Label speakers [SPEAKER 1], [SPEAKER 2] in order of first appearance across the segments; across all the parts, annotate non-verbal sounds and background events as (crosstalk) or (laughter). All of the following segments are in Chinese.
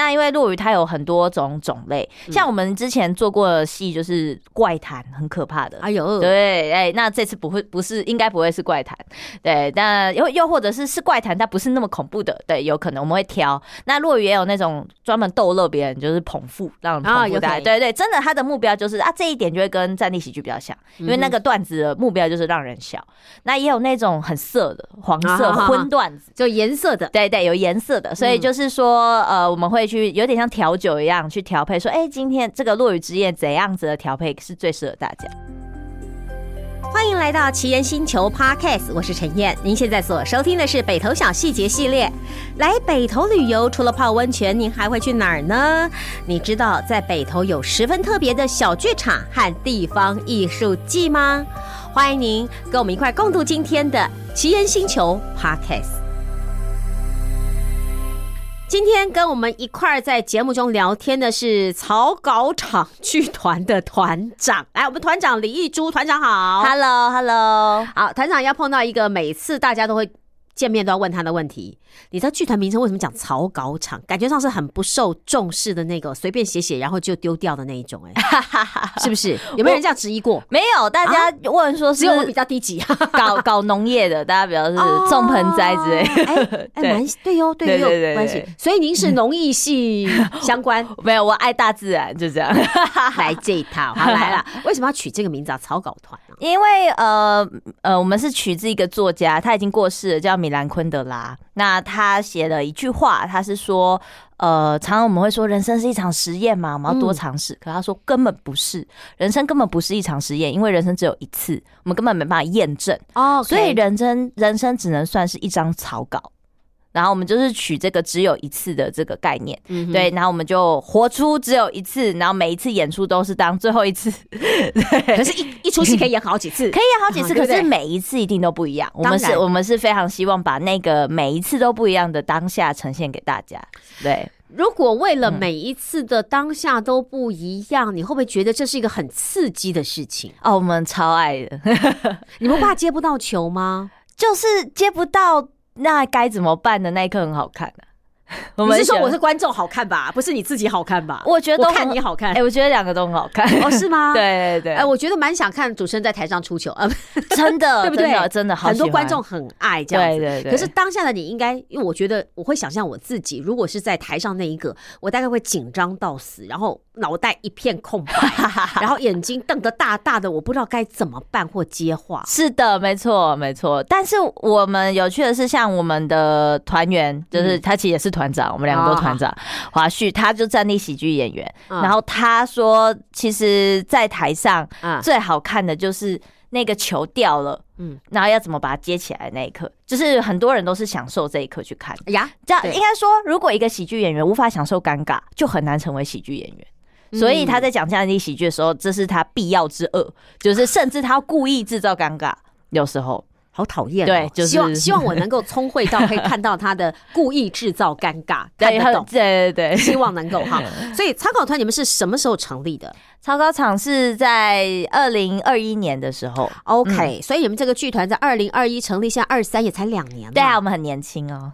[SPEAKER 1] 那因为落雨它有很多种种类，像
[SPEAKER 2] 嗯
[SPEAKER 1] 我们之前做过的戏就是怪谈，很可怕的。
[SPEAKER 2] 哎呦，
[SPEAKER 1] 对，哎，那这次不会，不是，应该不会是怪谈，对，但又又或者是是怪谈，但不是那么恐怖的，对，有可能我们会挑。那落雨也有那种专门逗乐别人，就是捧腹，让人
[SPEAKER 2] 啊
[SPEAKER 1] 捧腹
[SPEAKER 2] 有可
[SPEAKER 1] 大家
[SPEAKER 2] 能
[SPEAKER 1] 对对，真的，他的目标就是啊，这一点就会跟战地喜剧比较像，因为
[SPEAKER 2] 嗯
[SPEAKER 1] 那个段子的目标就是让人笑。那也有那种很色的黄色
[SPEAKER 2] 啊哈哈
[SPEAKER 1] 荤段子。
[SPEAKER 2] 就颜色的，
[SPEAKER 1] 对对，有颜色的，所
[SPEAKER 2] 嗯
[SPEAKER 1] 以就是说，呃，我们会去有点像调酒一样去调配，说，哎、今天这个落雨之夜怎样子的调配是最适合大家？
[SPEAKER 2] 欢迎来到奇人星球 Podcast，我是陈燕。您现在所收听的是北投小细节系列。来北投旅游，除了泡温泉，您还会去哪儿呢？你知道在北投有十分特别的小剧场和地方艺术季吗？欢迎您跟我们一块共度今天的奇人星球 Podcast。今天跟我们一块儿在节目中聊天的是草稿场剧团的团长，来，我们团长李义珠，团长好
[SPEAKER 1] Hello，Hello，
[SPEAKER 2] 好，团长要碰到一个每次大家都会见面都要问他的问题，你知道剧团名称为什么讲草稿场？感觉上是很不受重视的那个，随便写写然后就丢掉的那一 (laughs) 种、哎，是不是？有没有人这样质疑 (laughs) 过？哦
[SPEAKER 1] 没有大家问说
[SPEAKER 2] 啊只
[SPEAKER 1] 是
[SPEAKER 2] 有我比哦较低级，
[SPEAKER 1] 搞搞农业的，大家比较是种盆栽之类的。 (laughs)
[SPEAKER 2] 哎哎，
[SPEAKER 1] 对
[SPEAKER 2] 蛮 (laughs) 对哦，对
[SPEAKER 1] 对对
[SPEAKER 2] 也
[SPEAKER 1] 对
[SPEAKER 2] 有关
[SPEAKER 1] 对
[SPEAKER 2] 系。所以您是农艺系相关，
[SPEAKER 1] 没有，我爱大自然，就这样。
[SPEAKER 2] 来这一套，好来了。 (laughs) 为什么要取这个名字啊？草稿团啊？
[SPEAKER 1] 因为呃呃，我们是取自一个作家，他已经过世了，叫米兰昆德拉。那他写了一句话，他是说，呃，常常我们会说人生是一场实验嘛，我们要多尝试。可他说根本不是，人生根本不是一场实验，因为人生只有一次，我们根本没办法验证，
[SPEAKER 2] 哦
[SPEAKER 1] 所以人生人生只能算是一张草稿。然后我们就是取这个只有一次的这个概念。
[SPEAKER 2] 嗯
[SPEAKER 1] 对，然后我们就活出只有一次，然后每一次演出都是当最后一次， (laughs)
[SPEAKER 2] 哼，可是一一出戏可以演好几 (laughs) 次，
[SPEAKER 1] 可以演好几次，
[SPEAKER 2] 啊对
[SPEAKER 1] 可
[SPEAKER 2] 不对
[SPEAKER 1] 是每一次一定都不一样。我们
[SPEAKER 2] 当
[SPEAKER 1] 是，
[SPEAKER 2] 然
[SPEAKER 1] 我们是非常希望把那个每一次都不一样的当下呈现给大家。对，
[SPEAKER 2] 如果为了
[SPEAKER 1] 嗯
[SPEAKER 2] 每一次的当下都不一样，你会不会觉得这是一个很刺激的事
[SPEAKER 1] (laughs)
[SPEAKER 2] 情？
[SPEAKER 1] 哦，我们超爱的，
[SPEAKER 2] 你不怕接不到球吗？
[SPEAKER 1] (laughs) 就是接不到，那该怎么办的那一刻很好看、啊、 (laughs) 我
[SPEAKER 2] 你
[SPEAKER 1] 们
[SPEAKER 2] 是说
[SPEAKER 1] 想
[SPEAKER 2] 我是，观众好看吧，不是你自己好看吧？
[SPEAKER 1] 我觉得
[SPEAKER 2] 我
[SPEAKER 1] 都
[SPEAKER 2] 看
[SPEAKER 1] 很
[SPEAKER 2] 你好看 (laughs)
[SPEAKER 1] 哎、，我觉得两个都很好看。
[SPEAKER 2] 哦，是
[SPEAKER 1] (laughs)
[SPEAKER 2] 吗？。
[SPEAKER 1] 对对对，
[SPEAKER 2] 哎，我觉得蛮想看主持人在台上出球，呃，
[SPEAKER 1] 真的，
[SPEAKER 2] (laughs)
[SPEAKER 1] (laughs)
[SPEAKER 2] 对不对
[SPEAKER 1] 哦真的，真的好
[SPEAKER 2] 很多
[SPEAKER 1] 喜欢
[SPEAKER 2] 观众很爱这样子。
[SPEAKER 1] 对对对
[SPEAKER 2] 可是当下的你应该，因为我觉得我会想象我自己，如果是在台上那一个，我大概会紧张到死，然后脑袋一片
[SPEAKER 1] (laughs)
[SPEAKER 2] 空白，然后眼睛瞪得大大的，我不知道该怎么办或接话。
[SPEAKER 1] 是的，没错，没错。但是我们有趣的是，像我们的团员，
[SPEAKER 2] 嗯
[SPEAKER 1] 就是他其实也是团长，我们两个都团长。华旭他就站立喜剧演员，
[SPEAKER 2] 哦嗯
[SPEAKER 1] 然后他说，其实，在台上
[SPEAKER 2] 啊，
[SPEAKER 1] 最好看的就是那个球掉了，嗯
[SPEAKER 2] 嗯，
[SPEAKER 1] 然后要怎么把它接起来那一刻，就是很多人都是享受这一刻去看。
[SPEAKER 2] 呀，
[SPEAKER 1] 这样
[SPEAKER 2] 对
[SPEAKER 1] 应该说，如果一个喜剧演员无法享受尴尬，就很难成为喜剧演员。所以他在讲战地喜剧的时候，这是他必要之恶，就是甚至他要故意制造尴 (laughs) 尬。有时候，
[SPEAKER 2] 好讨厌、哦。
[SPEAKER 1] 对就是
[SPEAKER 2] 希望希望我能够聪慧到可以看到他的故意制造尴尬，看
[SPEAKER 1] (laughs) 对，嗯
[SPEAKER 2] 得懂。
[SPEAKER 1] 对对对， (laughs)
[SPEAKER 2] 希望能够哈，所以参考团你们是什么时候成立的
[SPEAKER 1] 超高场是在二零二一年的时候，
[SPEAKER 2] ？OK，、所以嗯你们这个剧团在二零二一成立，现在二三也才两年，
[SPEAKER 1] 对啊，，我们很年轻哦，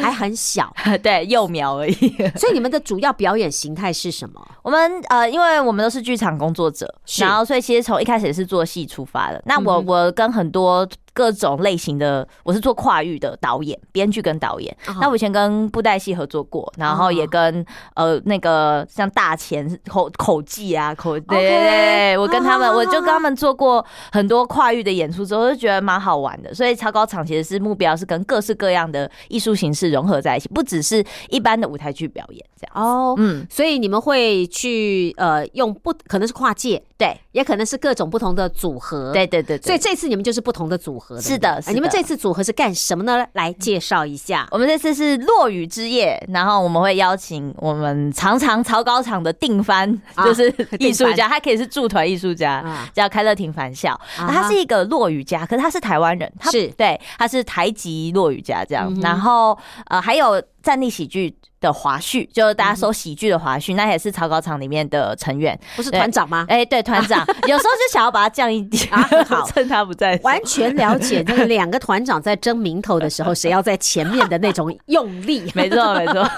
[SPEAKER 2] 还很小。
[SPEAKER 1] (laughs)
[SPEAKER 2] (laughs)
[SPEAKER 1] 对，幼苗而已。
[SPEAKER 2] 所以你们的主要表演形态是什么？
[SPEAKER 1] (laughs) 我们呃，因为我们都是剧场工作者，
[SPEAKER 2] 是
[SPEAKER 1] 然后所以其实从一开始也是做戏出发的。那我、
[SPEAKER 2] 嗯哼
[SPEAKER 1] 我跟很多各种类型的，我是做跨域的导演、编剧跟导演。
[SPEAKER 2] 啊
[SPEAKER 1] 那我以前跟布袋戏合作过，然后也跟、呃那个像大前口口技啊口对对对，我跟他们、
[SPEAKER 2] 啊
[SPEAKER 1] 我就跟他们做过很多跨域的演出之后，就觉得蛮好玩的。所以超高场其实是目标是跟各式各样的艺术形式融合在一起，不只是一般的舞台剧表演这样。
[SPEAKER 2] 哦，
[SPEAKER 1] 嗯，
[SPEAKER 2] 所以你们会去呃用不可能是跨界，
[SPEAKER 1] 对
[SPEAKER 2] 也可能是各种不同的组合。
[SPEAKER 1] 对对对对
[SPEAKER 2] 所以这次你们就是不同的组合。对不对
[SPEAKER 1] 是的
[SPEAKER 2] 哎
[SPEAKER 1] 是的
[SPEAKER 2] 你们这次组合是干什么呢？来介绍一下。
[SPEAKER 1] 我们这次是落雨之夜，然后我们会邀请我们常常草稿场的定番，
[SPEAKER 2] 啊
[SPEAKER 1] 就是艺术家，他可以是驻团艺术家，
[SPEAKER 2] 啊
[SPEAKER 1] 叫开乐亭返校。
[SPEAKER 2] 啊
[SPEAKER 1] 他是一个落雨家，可是他是台湾人，他
[SPEAKER 2] 是
[SPEAKER 1] 对，他是台籍落雨家这样
[SPEAKER 2] 嗯。哼
[SPEAKER 1] 然后呃，还有战地喜剧的华旭，就是大家搜喜剧的华旭，那也是草稿厂里面的成员。
[SPEAKER 2] 不是团长吗？
[SPEAKER 1] 哎、对，团
[SPEAKER 2] (laughs)
[SPEAKER 1] 长有时候就想要把他降一点，
[SPEAKER 2] 啊好
[SPEAKER 1] (laughs) 趁他不在的时候。。
[SPEAKER 2] 哎完全了解，这个两个团长在争名头的时候，谁要在前面的那种用力
[SPEAKER 1] (laughs) 没错，没错。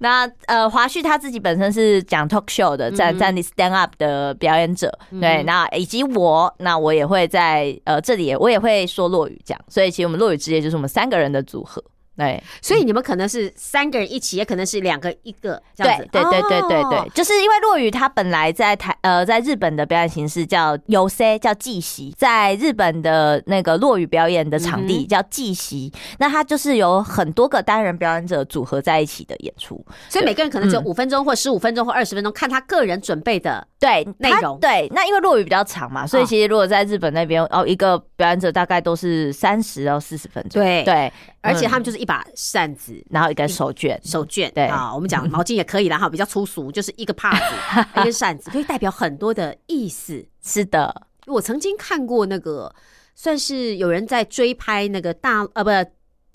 [SPEAKER 1] 那呃，华旭他自己本身是讲 talk show
[SPEAKER 2] 嗯
[SPEAKER 1] 的，站站立 stand up 的表演者，对。那以及我，那我也会在呃这里也，我也会说落语这样。所以其实我们落语之夜就是我们三个人的组合，对，
[SPEAKER 2] (laughs) 所以你们可能是三个人一起，也可能是两个一个这样
[SPEAKER 1] 对
[SPEAKER 2] 子。
[SPEAKER 1] 对对对对对，
[SPEAKER 2] 哦
[SPEAKER 1] 就是因为落语它本来在台呃在日本的表演形式叫 u C 叫祭席，在日本的那个落语表演的场
[SPEAKER 2] 嗯
[SPEAKER 1] 地叫祭席，那它就是有很多个单人表演者组合在一起的演出，
[SPEAKER 2] 所以每个人可能只有
[SPEAKER 1] 嗯
[SPEAKER 2] 五分钟或十五分钟或二十分钟，看他个人准备的。
[SPEAKER 1] 对
[SPEAKER 2] 内
[SPEAKER 1] 它
[SPEAKER 2] 容
[SPEAKER 1] 对，那因为落语比较长嘛，所以
[SPEAKER 2] 哦
[SPEAKER 1] 其实如果在日本那边哦，一个表演者大概都是三十到四十分钟，
[SPEAKER 2] 对嗯
[SPEAKER 1] 对，
[SPEAKER 2] 而且
[SPEAKER 1] 嗯
[SPEAKER 2] 他们就是一把扇子、
[SPEAKER 1] 然后一个手绢，
[SPEAKER 2] 手绢
[SPEAKER 1] 对
[SPEAKER 2] 啊，我们讲毛巾也可以啦哈，比较粗俗，就是一个帕
[SPEAKER 1] (laughs)
[SPEAKER 2] 子、一根扇子，可以代表很多的意思。
[SPEAKER 1] 是的，
[SPEAKER 2] 我曾经看过那个，算是有人在追拍那个大呃不，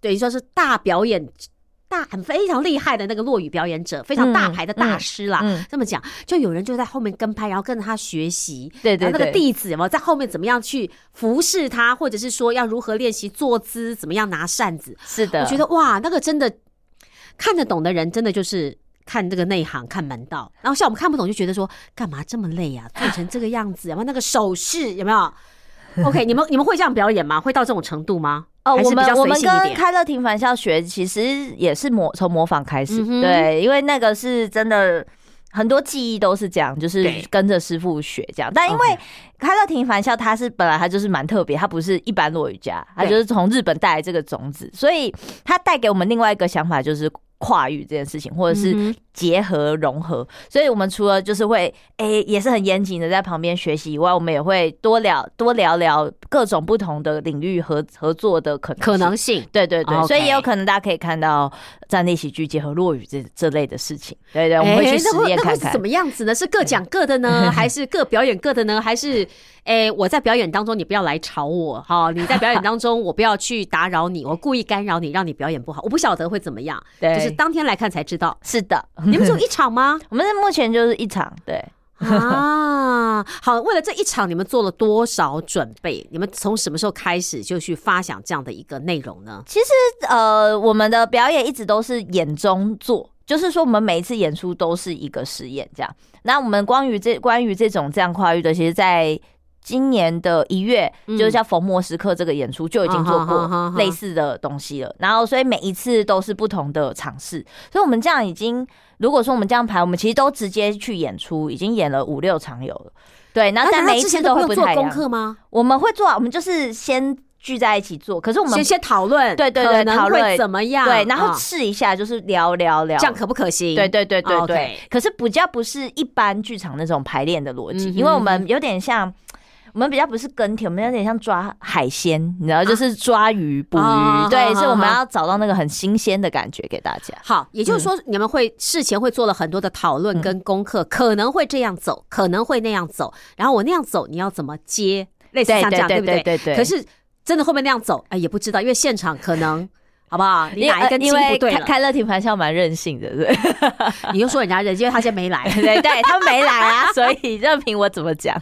[SPEAKER 2] 等于说是大表演。大很非常厉害的那个落语表演者，非常大牌的大师啦。
[SPEAKER 1] 嗯嗯
[SPEAKER 2] 这么讲，就有人就在后面跟拍，然后跟着他学习。
[SPEAKER 1] 对对
[SPEAKER 2] 然啊后那
[SPEAKER 1] 对
[SPEAKER 2] 个弟子有没有在后面怎么样去服侍他，或者是说要如何练习坐姿，怎么样拿扇子？
[SPEAKER 1] 是的，
[SPEAKER 2] 我觉得哇，那个真的看得懂的人，真的就是看这个内行，看门道。然后像我们看不懂，就觉得说干嘛这么累呀、做成这个样子，有没有那个手势，有没 (laughs) 有？OK，你们你们会这样表演吗？会到这种程度吗？
[SPEAKER 1] 哦，
[SPEAKER 2] 还是
[SPEAKER 1] 我
[SPEAKER 2] 比
[SPEAKER 1] 们
[SPEAKER 2] 较
[SPEAKER 1] 我
[SPEAKER 2] 随
[SPEAKER 1] 们
[SPEAKER 2] 性一
[SPEAKER 1] 跟
[SPEAKER 2] 点。
[SPEAKER 1] 开乐庭返校学，其实也是模从模仿开始、
[SPEAKER 2] 嗯哼
[SPEAKER 1] 对，因为那个是真的。很多技艺都是这样，就是
[SPEAKER 2] 对
[SPEAKER 1] 跟着师傅学这样。但因为
[SPEAKER 2] OK
[SPEAKER 1] 开乐庭返校，它是本来它就是蛮特别，它不是一般落语家，它
[SPEAKER 2] 对
[SPEAKER 1] 就是从日本带来这个种子，所以它带给我们另外一个想法，就是跨域这件事情，或者
[SPEAKER 2] 嗯
[SPEAKER 1] 是
[SPEAKER 2] 哼
[SPEAKER 1] 结合融合。所以我们除了就是会诶、也是很严谨的在旁边学习以外，我们也会多聊多聊聊各种不同的领域合合作的可能
[SPEAKER 2] 可
[SPEAKER 1] 性
[SPEAKER 2] 能性，啊
[SPEAKER 1] 对对对
[SPEAKER 2] OK
[SPEAKER 1] 所以也有可能大家可以看到站内喜剧结合落雨这这类的事情。对对，我们会去
[SPEAKER 2] 哎
[SPEAKER 1] 实
[SPEAKER 2] 那会
[SPEAKER 1] 验
[SPEAKER 2] 那会
[SPEAKER 1] 看
[SPEAKER 2] 是嗯
[SPEAKER 1] 看
[SPEAKER 2] 怎。么样子呢？是各讲各的呢，还是各表演各的呢？还是，哎，我在表演当中你不要来吵我哈，你在表演当中我不要去打扰你，我故意干扰你，让你表演不好，我不晓得会怎么样，
[SPEAKER 1] 对
[SPEAKER 2] 就是当天来看才知 (laughs) 道。
[SPEAKER 1] 是的，
[SPEAKER 2] 你们只有一场吗？
[SPEAKER 1] 我们是目前就是一场对。
[SPEAKER 2] 啊，好，为了这一场，你们做了多少准备？你们从什么时候开始就去发想这样的一个内容
[SPEAKER 1] (laughs)
[SPEAKER 2] 呢？
[SPEAKER 1] 其实呃，我们的表演一直都是演中做，就是说我们每一次演出都是一个实验这样。那我们关于这关于这种这样跨域的，其实在。今年的一月，
[SPEAKER 2] 嗯
[SPEAKER 1] 就是叫《逢魔时刻》这个演出就已经做
[SPEAKER 2] 啊哈哈哈
[SPEAKER 1] 过
[SPEAKER 2] 哈
[SPEAKER 1] 类似的东西了，然后所以每一次都是不同的尝试，所以我们这样已经，如果说我们这样排，我们其实都直接去演出，已经演了五六场有了，对，然后但
[SPEAKER 2] 那
[SPEAKER 1] 每一
[SPEAKER 2] 之前
[SPEAKER 1] 次
[SPEAKER 2] 都
[SPEAKER 1] 都
[SPEAKER 2] 不
[SPEAKER 1] 会不
[SPEAKER 2] 用做
[SPEAKER 1] 太一
[SPEAKER 2] 功
[SPEAKER 1] 样，
[SPEAKER 2] 课吗？
[SPEAKER 1] 我们会做啊，我们就是先聚在一起做，可是我们
[SPEAKER 2] 先先讨论，
[SPEAKER 1] 对对对
[SPEAKER 2] 可能
[SPEAKER 1] 讨
[SPEAKER 2] 会
[SPEAKER 1] 论
[SPEAKER 2] 怎么样？
[SPEAKER 1] 对，然后
[SPEAKER 2] 啊
[SPEAKER 1] 试一下，就是聊聊聊，
[SPEAKER 2] 这样可不可行？
[SPEAKER 1] 对对对对对。
[SPEAKER 2] OK
[SPEAKER 1] 可是比较不是一般剧场那种排练的逻辑，
[SPEAKER 2] 嗯哼
[SPEAKER 1] 因为我们有点像。我们比较不是跟帖，我们有点像抓海鲜，你知道，就是抓鱼、捕鱼，
[SPEAKER 2] 哦好
[SPEAKER 1] 对，
[SPEAKER 2] 好
[SPEAKER 1] 所以我们
[SPEAKER 2] 好
[SPEAKER 1] 要找到那个很新鲜的感觉给大家。
[SPEAKER 2] 好，也
[SPEAKER 1] 嗯
[SPEAKER 2] 就是说，你们会事前会做了很多的讨论跟功课，可能会这样走，可能会那样走，然后我那样走，你要怎么接？类似
[SPEAKER 1] 对
[SPEAKER 2] 像这样，
[SPEAKER 1] 对
[SPEAKER 2] 不
[SPEAKER 1] 对对对。
[SPEAKER 2] 可是真的会不会那样走？哎，也不知道，因为现场可能好不好？你
[SPEAKER 1] 因为呃
[SPEAKER 2] 哪一根筋
[SPEAKER 1] 因为
[SPEAKER 2] 不对
[SPEAKER 1] 开
[SPEAKER 2] 了？
[SPEAKER 1] 开乐庭玩笑蛮任性的，对。
[SPEAKER 2] (laughs) 你又说人家人，因为他现在没来
[SPEAKER 1] (laughs) 对对，他没来
[SPEAKER 2] (laughs)
[SPEAKER 1] 啊，所以任凭我怎么讲。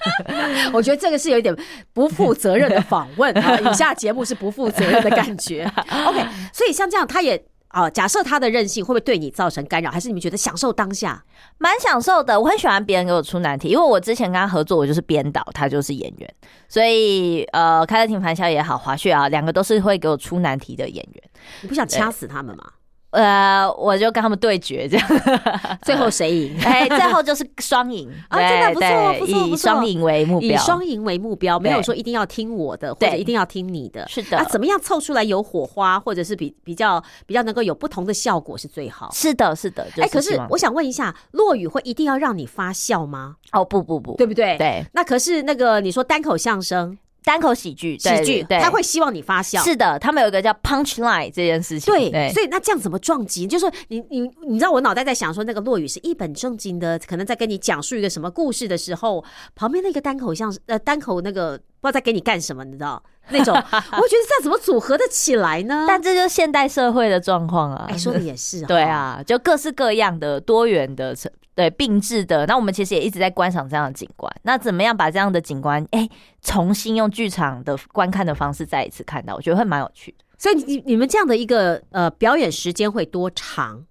[SPEAKER 2] 我觉得这个是有一点不负责任的访问
[SPEAKER 1] (laughs)
[SPEAKER 2] 啊，以下节目是不负责任的感觉。OK，所以像这样，他也啊，假设他的任性会不会对你造成干扰，还是你们觉得享受当下？
[SPEAKER 1] 蛮享受的，我很喜欢别人给我出难题，因为我之前跟他合作，我就是编导，他就是演员，所以呃，开得挺谈笑也好，滑雪啊，两个都是会给我出难题的演员。
[SPEAKER 2] 你不想掐死他们吗？
[SPEAKER 1] 呃，我就跟他们对决这样，呃
[SPEAKER 2] 最后谁赢？
[SPEAKER 1] 哎，最后就是双 (laughs) 赢
[SPEAKER 2] 啊真的不错
[SPEAKER 1] 对
[SPEAKER 2] 不错不
[SPEAKER 1] 以
[SPEAKER 2] 错
[SPEAKER 1] 双赢为目
[SPEAKER 2] 以
[SPEAKER 1] 标，
[SPEAKER 2] 双赢为目标，没有
[SPEAKER 1] 对
[SPEAKER 2] 说一定要听我的，或者
[SPEAKER 1] 对
[SPEAKER 2] 一定要听你的。
[SPEAKER 1] 是的
[SPEAKER 2] 那、怎么样凑出来有火花，或者是比比较比较能够有不同的效果是最好。
[SPEAKER 1] 是的，是的，就
[SPEAKER 2] 哎、可
[SPEAKER 1] 希
[SPEAKER 2] 是
[SPEAKER 1] 望
[SPEAKER 2] 我想问一下，落雨会一定要让你发笑吗？
[SPEAKER 1] 哦不不不，
[SPEAKER 2] 对不对？。
[SPEAKER 1] 对
[SPEAKER 2] 那可是那个你说单口相声、
[SPEAKER 1] 单口喜剧
[SPEAKER 2] 喜
[SPEAKER 1] 对
[SPEAKER 2] 剧，
[SPEAKER 1] 对
[SPEAKER 2] 他会希望你发笑。
[SPEAKER 1] 是的，他们有一个叫 punch line 这件事情，
[SPEAKER 2] 对，所以那这样怎么撞击？就是说你你你知道我脑袋在想说，那个落雨是一本正经的，可能在跟你讲述一个什么故事的时候，旁边那个单口相声呃单口那个不知道在给你干什么，你知道
[SPEAKER 1] (laughs)
[SPEAKER 2] 那种，我觉得这样怎么组合的起来呢？
[SPEAKER 1] 但这就是现代社会的状况啊。
[SPEAKER 2] 哎，说的也是，
[SPEAKER 1] 对，啊，就各式各样的多元的成对并置的。那我们其实也一直在观赏这样的景观。那怎么样把这样的景观哎、重新用剧场的观看的方式再一次看到？我觉得会蛮有趣的。
[SPEAKER 2] 所以你你们这样的一个呃表演时间会多长？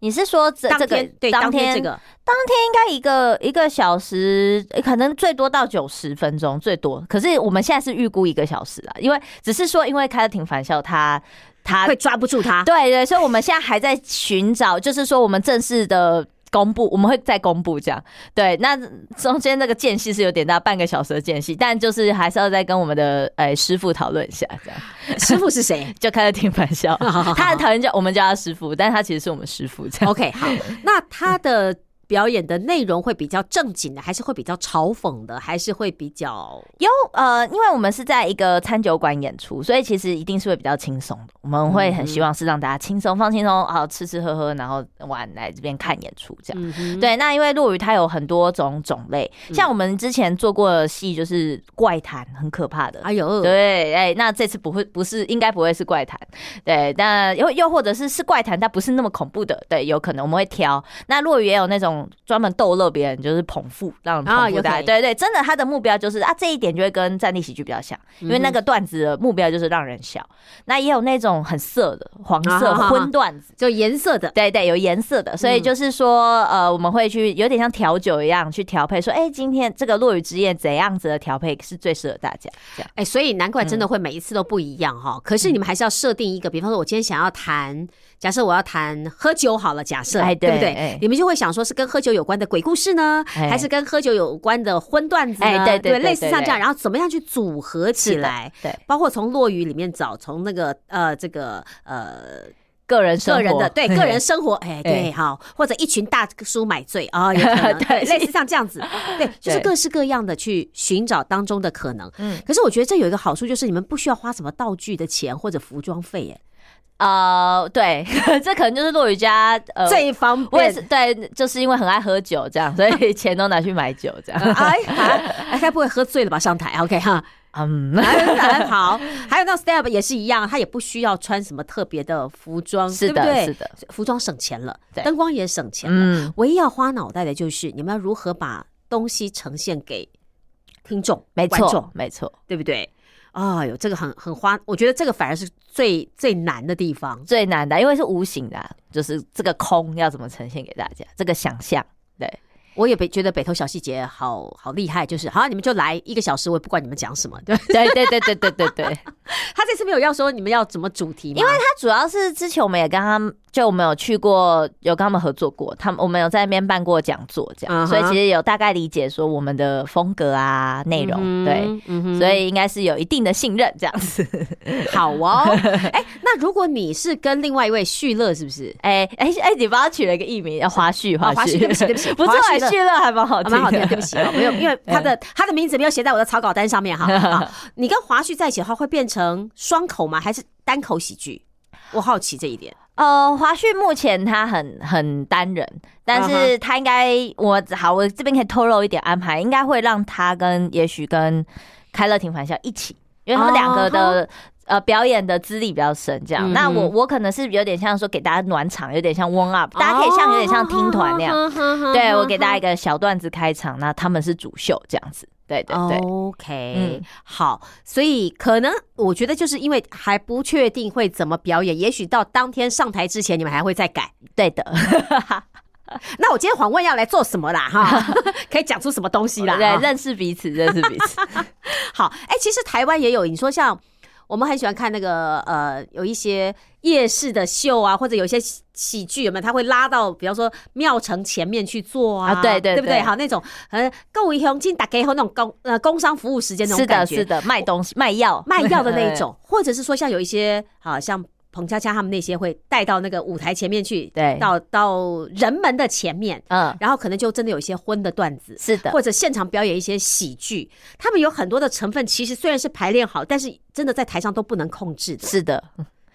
[SPEAKER 1] 你是说这
[SPEAKER 2] 当
[SPEAKER 1] 这个
[SPEAKER 2] 天对当天这个
[SPEAKER 1] 当天应该一个一个小时，诶可能最多到九十分钟最多。可是我们现在是预估一个小时啊，因为只是说因为开的挺返校，他他
[SPEAKER 2] 会抓不住他，
[SPEAKER 1] 对对，所以我们现在还在寻找，就是说我们正式的。公布我们会再公布这样，对，那中间那个间隙是有点大，半个小时的间隙，但就是还是要再跟我们的诶、呃师傅讨论一下，这样
[SPEAKER 2] 师傅是 (laughs) 谁？
[SPEAKER 1] (laughs) 就开始挺玩笑。他
[SPEAKER 2] 他
[SPEAKER 1] 很讨厌叫我们叫他师傅，但他其实是我们师傅 (laughs) 这样。
[SPEAKER 2] OK 好，那他的表演的内容会比较正经的，还是会比较嘲讽的，还是会比较
[SPEAKER 1] 有呃，因为我们是在一个餐酒馆演出，所以其实一定是会比较轻松的。我们会很希望是让大家轻松、放轻松，好吃吃喝喝，然后晚来这边看演出这样。
[SPEAKER 2] 嗯对
[SPEAKER 1] 对，那因为落雨它有很多种种类，像我们之前做过的戏就是怪谈，很可怕的。
[SPEAKER 2] 哎呦
[SPEAKER 1] 对，哎、那这次不会，不是，应该不会是怪谈，对，但又又或者是是怪谈，但不是那么恐怖的，对，有可能我们会挑。那落雨也有那种专门逗乐别人，就是捧腹，让人
[SPEAKER 2] 啊
[SPEAKER 1] 捧
[SPEAKER 2] 有
[SPEAKER 1] 腹大家、
[SPEAKER 2] 可能
[SPEAKER 1] 对对，真的，他的目标就是啊，这一点就会跟战地喜剧比较像，因
[SPEAKER 2] 嗯
[SPEAKER 1] 为那个段子的目标就是让人笑。那也有那种很色的黄色
[SPEAKER 2] 啊哈哈
[SPEAKER 1] 荤段子。
[SPEAKER 2] 就颜色的
[SPEAKER 1] 对对，有颜色的，所
[SPEAKER 2] 嗯
[SPEAKER 1] 以就是说，呃，我们会去有点像调酒一样去调配，说，哎、今天这个落雨之夜怎样子的调配是最适合大家？这样，
[SPEAKER 2] 哎、所以难怪
[SPEAKER 1] 嗯
[SPEAKER 2] 真的会每一次都不一样哈、可是你们还是要设定一个，比方说，我今天想要谈，假设我要谈喝酒好了，假设、
[SPEAKER 1] 哎
[SPEAKER 2] 对不对、
[SPEAKER 1] 对哎
[SPEAKER 2] 你们就会想说是跟喝酒有关的鬼故事呢，
[SPEAKER 1] 哎
[SPEAKER 2] 还是跟喝酒有关的荤段子呢？
[SPEAKER 1] 哎对对对
[SPEAKER 2] 类似像这样，
[SPEAKER 1] 对对
[SPEAKER 2] 然后怎么样去组合起来？
[SPEAKER 1] 是的对
[SPEAKER 2] 包括从落雨里面找，从那个呃这个呃
[SPEAKER 1] 个人生
[SPEAKER 2] 个
[SPEAKER 1] 活
[SPEAKER 2] 人的对
[SPEAKER 1] (laughs)
[SPEAKER 2] 个人生活，哎、对
[SPEAKER 1] 哎
[SPEAKER 2] 好，或者一群大叔买醉
[SPEAKER 1] (laughs)
[SPEAKER 2] 啊、有可能对
[SPEAKER 1] 对
[SPEAKER 2] 类似像这样
[SPEAKER 1] (laughs)
[SPEAKER 2] 子，对，就是
[SPEAKER 1] 对
[SPEAKER 2] 各式各样的去寻找当中的可能。嗯
[SPEAKER 1] 嗯，
[SPEAKER 2] 可是我觉得这有一个好处，就是你们不需要花什么道具的钱或者服装费，
[SPEAKER 1] (laughs)
[SPEAKER 2] 哎、
[SPEAKER 1] 呃，对， (laughs) 这可能就是落雨家呃，
[SPEAKER 2] 最方
[SPEAKER 1] 我也
[SPEAKER 2] 便
[SPEAKER 1] 是。对，就是因为很爱喝酒这样，所
[SPEAKER 2] (laughs)
[SPEAKER 1] 以钱都拿去买酒这样。
[SPEAKER 2] 哎啊，哎该不会喝醉了吧？上台，OK
[SPEAKER 1] (laughs)
[SPEAKER 2] 哈，
[SPEAKER 1] 嗯，
[SPEAKER 2] 哎好。还有那 step 也是一样，他也不需要穿什么特别的服装，
[SPEAKER 1] 是
[SPEAKER 2] 对不
[SPEAKER 1] 的，
[SPEAKER 2] 对
[SPEAKER 1] 是的，
[SPEAKER 2] 服装省钱了，
[SPEAKER 1] 对
[SPEAKER 2] 灯光也省钱了。
[SPEAKER 1] 嗯，
[SPEAKER 2] 唯一要花脑袋的就是你们要如何把东西呈现给听众、
[SPEAKER 1] 没
[SPEAKER 2] 观众
[SPEAKER 1] 错，，没错。
[SPEAKER 2] 对不对？哎呦，这个很很花，我觉得这个反而是最最难的地方。
[SPEAKER 1] 最难的，因为是无形的啊、就是这个空要怎么呈现给大家，这个想象，对，
[SPEAKER 2] 我也北觉得北投小细节好好厉害，就是好，你们就来一个小时，我也不管你们讲什么。 (laughs) 对，
[SPEAKER 1] 对对对对对对对。
[SPEAKER 2] 他这次没有要说你们要怎么主题吗？因为
[SPEAKER 1] 他主要是之前我们也跟他们，就我们有去过，有跟他们合作过，他们我们有在那边办过讲座，这样
[SPEAKER 2] 嗯哼
[SPEAKER 1] 所以其实有大概理解说我们的风格啊、内容，对，，
[SPEAKER 2] 嗯哼嗯
[SPEAKER 1] 所以应该是有一定的信任这样子。
[SPEAKER 2] 好哦。 (laughs) 哎，那如果你是跟另外一位旭乐，是不是？
[SPEAKER 1] 哎哎哎，你帮他取了一个艺名叫花絮，
[SPEAKER 2] 哦花絮对不起对不起
[SPEAKER 1] (laughs) 不错
[SPEAKER 2] 花絮，的
[SPEAKER 1] 絮乐还蛮好
[SPEAKER 2] 啊
[SPEAKER 1] 听的，
[SPEAKER 2] 蛮好听的，对不起啊，没
[SPEAKER 1] (laughs)
[SPEAKER 2] 有，因为他的他的名字没有写在我的草稿单上面哈。
[SPEAKER 1] 嗯
[SPEAKER 2] 啊你跟华旭在一起的话，会变成双口吗？还是单口喜剧？我好奇这一点。
[SPEAKER 1] 呃，华旭目前他很很单人，但
[SPEAKER 2] 嗯
[SPEAKER 1] 是他应该、我好，我这边可以透露一点安排，应该会让他跟也许跟开乐庭返校一起，因为他们两个的、呃表演的资历比较深，这样。
[SPEAKER 2] 哦嗯
[SPEAKER 1] 那
[SPEAKER 2] 哼
[SPEAKER 1] 我我可能是有点像说给大家暖场，有点像 warm up，大家可以像有点像听团
[SPEAKER 2] 哦
[SPEAKER 1] 那样。
[SPEAKER 2] 嗯样
[SPEAKER 1] 对我给大家一个小段子开场，那他们是主秀这样子，对对
[SPEAKER 2] 哦
[SPEAKER 1] 对。
[SPEAKER 2] OK，、
[SPEAKER 1] 嗯
[SPEAKER 2] 好，所以可能我觉得就是因为还不确定会怎么表演，也许到当天上台之前你们还会再改。
[SPEAKER 1] 对的，
[SPEAKER 2] (laughs) 那我今天访问要来做什么
[SPEAKER 1] (laughs)
[SPEAKER 2] 啦？哈，可以讲出什么东西啦？
[SPEAKER 1] 对，
[SPEAKER 2] 哈
[SPEAKER 1] 认识彼此，认识彼此。
[SPEAKER 2] 好，哎、其实台湾也有，你说像我们很喜欢看那个呃，有一些夜市的秀啊，或者有一些喜喜剧，有没有？他会拉到，比方说庙城前面去做啊，
[SPEAKER 1] 啊对对
[SPEAKER 2] 对不对？
[SPEAKER 1] 对
[SPEAKER 2] 好，那种呃，购物雄进打给后那种工呃工商服务时 (laughs) 间那种
[SPEAKER 1] 是
[SPEAKER 2] 感
[SPEAKER 1] 的，
[SPEAKER 2] 觉，
[SPEAKER 1] 是的，卖东西、卖药、
[SPEAKER 2] 卖药的
[SPEAKER 1] (laughs)
[SPEAKER 2] 那一种，或者是说像有一些啊，像彭恰恰他们那些会带到那个舞台前面去，
[SPEAKER 1] 对
[SPEAKER 2] 到到人们的前面，
[SPEAKER 1] 嗯，
[SPEAKER 2] 然后可能就真的有一些荤的段子，
[SPEAKER 1] 是的，
[SPEAKER 2] 或者现场表演一些喜剧，他们有很多的成分，其实虽然是排练好，但是真的在台上都不能控制的，
[SPEAKER 1] 是的，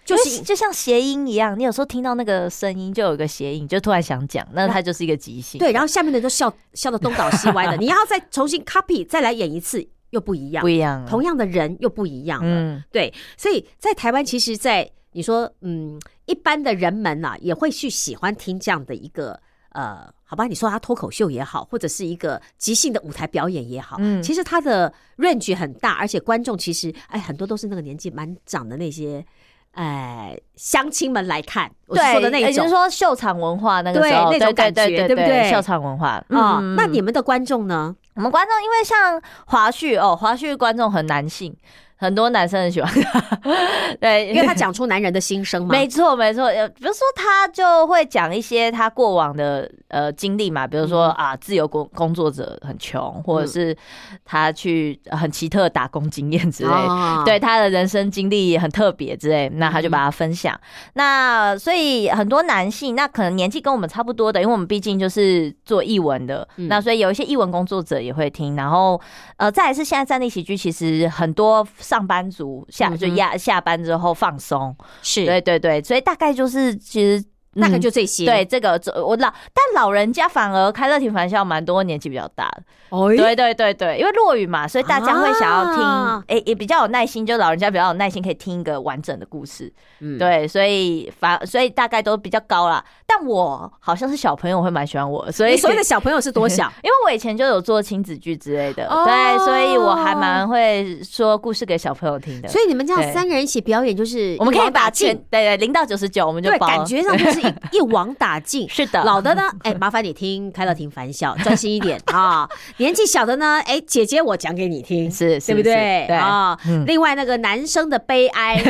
[SPEAKER 2] 就
[SPEAKER 1] 因为
[SPEAKER 2] 是
[SPEAKER 1] 就像谐音一样，你有时候听到那个声音就有一个谐音，就突然想讲，那它就是一个即兴。(laughs)
[SPEAKER 2] (laughs) 对，然后下面的人都笑笑的东倒西歪的，你要再重新 copy 再来演一次，又不一样
[SPEAKER 1] 不，一样啊，
[SPEAKER 2] 同样的人又不一样了。
[SPEAKER 1] 嗯
[SPEAKER 2] 对，所以在台湾，其实，在你说，嗯，一般的人们呐、也会去喜欢听这样的一个。呃，好吧，你说他脱口秀也好，或者是一个即兴的舞台表演也好，
[SPEAKER 1] 嗯
[SPEAKER 2] 其实他的 range 很大，而且观众其实哎，很多都是那个年纪蛮长的那些，呃，乡亲们来看，我是
[SPEAKER 1] 对，
[SPEAKER 2] 说的那一
[SPEAKER 1] 也就
[SPEAKER 2] 种
[SPEAKER 1] 是说秀场文化那个
[SPEAKER 2] 对
[SPEAKER 1] 时候，
[SPEAKER 2] 那种感觉
[SPEAKER 1] 对
[SPEAKER 2] 对不对
[SPEAKER 1] 秀场文化
[SPEAKER 2] 啊、
[SPEAKER 1] 嗯
[SPEAKER 2] 那你们的观众呢？
[SPEAKER 1] 我们观众因为像华旭哦，华旭观众很男性，很多男生很喜欢他， (laughs) 对，
[SPEAKER 2] 因为他讲出男人的心声嘛，
[SPEAKER 1] 没错，没错。呃，比如说他就会讲一些他过往的呃经历嘛，比如说、
[SPEAKER 2] 嗯
[SPEAKER 1] 啊，自由工工作者很穷，或者是他去呃很奇特的打工经验之类的。
[SPEAKER 2] 哦
[SPEAKER 1] 对他的人生经历很特别之类，那他就把它分享。那所以很多男性，那可能年纪跟我们差不多的，因为我们毕竟就是做译文的，
[SPEAKER 2] 嗯
[SPEAKER 1] 那所以有一些译文工作者也会听。然后呃，再来是现在站立喜剧，其实很多上班族下就
[SPEAKER 2] 嗯哼
[SPEAKER 1] 压下班之后放松，
[SPEAKER 2] 是
[SPEAKER 1] 对对对，所以大概就是其实
[SPEAKER 2] 大概
[SPEAKER 1] 嗯
[SPEAKER 2] 就这些。
[SPEAKER 1] 对，这个这我老，但老人家反而开乐庭玩笑蛮多，年纪比较大的。
[SPEAKER 2] 哦，
[SPEAKER 1] 对对对对，因为落雨嘛，所以大家会想要听，诶、
[SPEAKER 2] 啊
[SPEAKER 1] 也比较有耐心，就老人家比较有耐心，可以听一个完整的故事。
[SPEAKER 2] 嗯，
[SPEAKER 1] 对，所以反所以大概都比较高啦。但我好像是小朋友会蛮喜欢我，所以
[SPEAKER 2] 你所
[SPEAKER 1] (laughs)
[SPEAKER 2] 谓的小朋友是多小？
[SPEAKER 1] 因为我以前就有做亲子剧之类的，
[SPEAKER 2] 哦
[SPEAKER 1] 对，所以我还蛮会说故事给小朋友听的。
[SPEAKER 2] 所以你们这样
[SPEAKER 1] 对
[SPEAKER 2] 三个人一起表演，就是
[SPEAKER 1] 我们
[SPEAKER 2] 一
[SPEAKER 1] 可以
[SPEAKER 2] 网打
[SPEAKER 1] 把全
[SPEAKER 2] 尽，
[SPEAKER 1] 对对零到九十九，我们就
[SPEAKER 2] 对，
[SPEAKER 1] 包
[SPEAKER 2] 感觉上就是
[SPEAKER 1] (laughs)
[SPEAKER 2] 一一网打尽。
[SPEAKER 1] 是的，
[SPEAKER 2] 老的呢， (laughs) 哎，麻烦你听开乐庭烦笑，专心一
[SPEAKER 1] (laughs)
[SPEAKER 2] 点啊。年纪小的呢，哎，姐姐我讲给你听，
[SPEAKER 1] 是是
[SPEAKER 2] 对不对
[SPEAKER 1] 是对
[SPEAKER 2] 啊
[SPEAKER 1] 嗯？
[SPEAKER 2] 另外那个男生的悲
[SPEAKER 1] (laughs)
[SPEAKER 2] 哀，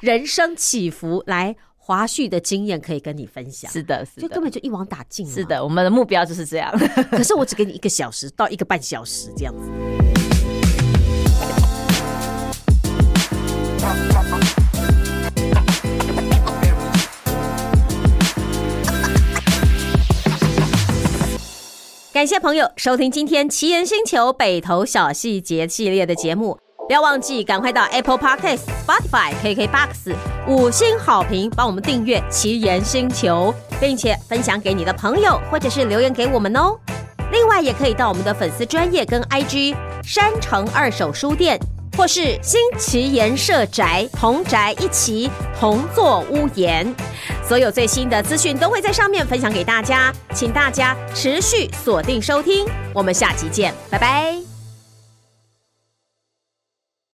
[SPEAKER 2] 人生起伏，来华旭的经验可以跟你分享，
[SPEAKER 1] 是的，是
[SPEAKER 2] 就
[SPEAKER 1] 的
[SPEAKER 2] 根。本就一网打尽。
[SPEAKER 1] 是，的，我们的目标就是这样。
[SPEAKER 2] 可是我只给你一个小时到一个半小时这样子。感谢朋友收听今天《奇岩星球北投小细节》系列的节目，不要忘记赶快到 Apple Podcast、Spotify、KKBox 五星好评，帮我们订阅《奇岩星球》，并且分享给你的朋友，或者是留言给我们哦。另外，也可以到我们的粉丝专业跟 IG 山城二手书店，或是新奇岩社宅同宅一起同坐屋檐。所有最新的资讯都会在上面分享给大家，请大家持续锁定收听，我们下期见，拜拜。